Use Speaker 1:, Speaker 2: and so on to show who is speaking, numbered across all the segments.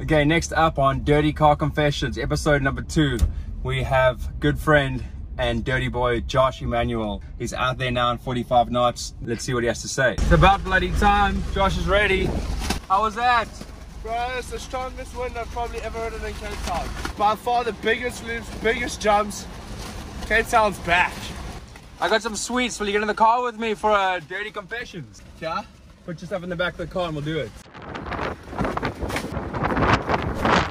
Speaker 1: Okay, next up on Dirty Car Confessions, episode number two, we have good friend and dirty boy Josh Emmanuel. He's out there now in 45 knots. Let's see what he has to say. It's about bloody time. Josh is ready. How was that?
Speaker 2: Bro, it's the strongest wind I've probably ever ridden in Cape Town. By far the biggest loops, biggest jumps. Cape Town's back.
Speaker 1: I got some sweets. Will you get in the car with me for uh, Dirty Confessions? Yeah? Put yourself in the back of the car and we'll do it.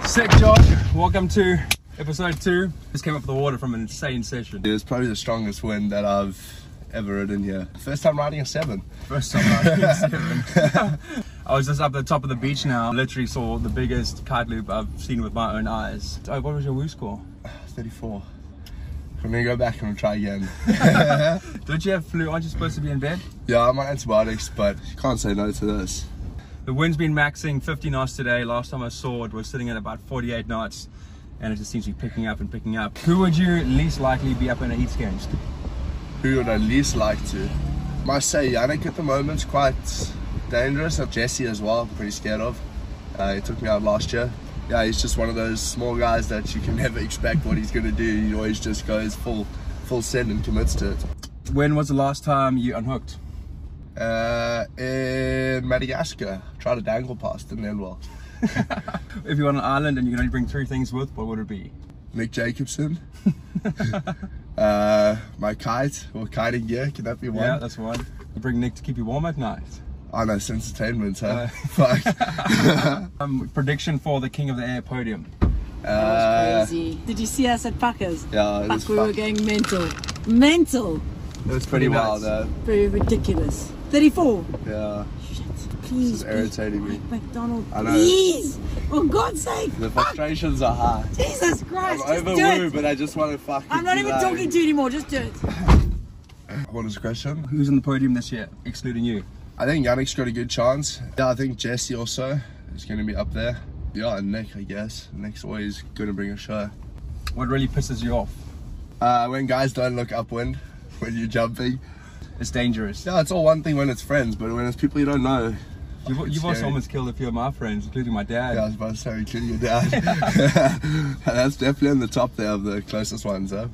Speaker 1: Sick, Josh. Welcome to episode two. Just came up with the water from an insane session.
Speaker 2: It was probably the strongest wind that I've ever ridden here. First time riding a seven.
Speaker 1: First time I seven. I was just up the top of the beach now. Literally saw the biggest kite loop I've seen with my own eyes. Oh, what was your woo score?
Speaker 2: 34. I'm gonna go back and try again.
Speaker 1: Don't you have flu? Aren't you supposed to be in bed?
Speaker 2: Yeah, I'm on antibiotics, but can't say no to this.
Speaker 1: The wind's been maxing 50 knots today. Last time I saw it was sitting at about 48 knots, and it just seems to be picking up and picking up. Who would you least likely be up in a heat against?
Speaker 2: Who would I least like to? Must say, Yannick at the moment's quite dangerous. And Jesse as well, I'm pretty scared of. Uh, he took me out last year. Yeah, he's just one of those small guys that you can never expect what he's gonna do. He always just goes full, full send and commits to it.
Speaker 1: When was the last time you unhooked?
Speaker 2: Uh, in Madagascar, tried a dangle pass, didn't end well.
Speaker 1: If you're on an island and you can only bring three things with, what would it be?
Speaker 2: Nick Jacobson. uh, my kite or kiting gear, can that be one?
Speaker 1: Yeah, that's one. You bring Nick to keep you warm at night.
Speaker 2: I know, it's entertainment, huh? Fuck.
Speaker 1: Um, prediction for the King of the Air podium.
Speaker 2: Uh,
Speaker 3: Crazy. Did you see us at Packers?
Speaker 2: Yeah, it
Speaker 3: Fuck,
Speaker 2: was
Speaker 3: we were
Speaker 2: fuck-
Speaker 3: going mental. Mental.
Speaker 2: it was pretty wild,
Speaker 1: nuts.
Speaker 2: though.
Speaker 3: Very ridiculous. 34.
Speaker 2: Yeah,
Speaker 3: Shit.
Speaker 2: this
Speaker 3: Please.
Speaker 2: is
Speaker 3: be
Speaker 2: irritating me.
Speaker 3: McDonald.
Speaker 2: I know.
Speaker 3: Please. For God's sake.
Speaker 2: The
Speaker 3: Fuck.
Speaker 2: frustrations are high.
Speaker 3: Jesus Christ.
Speaker 2: I'm
Speaker 3: just
Speaker 2: over
Speaker 3: do
Speaker 2: woo,
Speaker 3: it.
Speaker 2: but I just want to fucking.
Speaker 3: I'm not
Speaker 2: be
Speaker 3: even
Speaker 2: like-
Speaker 3: talking to you anymore. Just do it.
Speaker 2: What is the question?
Speaker 1: Who's on the podium this year, excluding you?
Speaker 2: I think Yannick's got a good chance. Yeah, I think Jesse also is going to be up there. Yeah, and Nick, I guess. Nick's always going to bring a show.
Speaker 1: What really pisses you off?
Speaker 2: Uh, when guys don't look upwind when you're jumping.
Speaker 1: It's dangerous.
Speaker 2: Yeah, it's all one thing when it's friends, but when it's people you don't know.
Speaker 1: You've, you've also
Speaker 2: scary.
Speaker 1: almost killed a few of my friends, including my dad.
Speaker 2: Yeah, I was about to say, including your dad. And That's definitely on the top there of the closest ones, huh?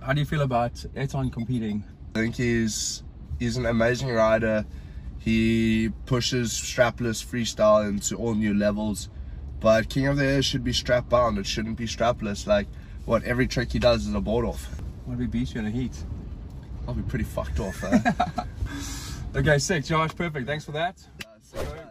Speaker 1: How do you feel about Eton competing?
Speaker 2: I think he's he's an amazing rider. He pushes strapless freestyle into all new levels. But King of the Air should be strap bound. It shouldn't be strapless. Like what every trick he does is a board off.
Speaker 1: What if he beats you in a heat?
Speaker 2: I'll be pretty fucked off. Eh?
Speaker 1: Okay, sick. Josh, perfect. Thanks for that.
Speaker 2: Yeah, so-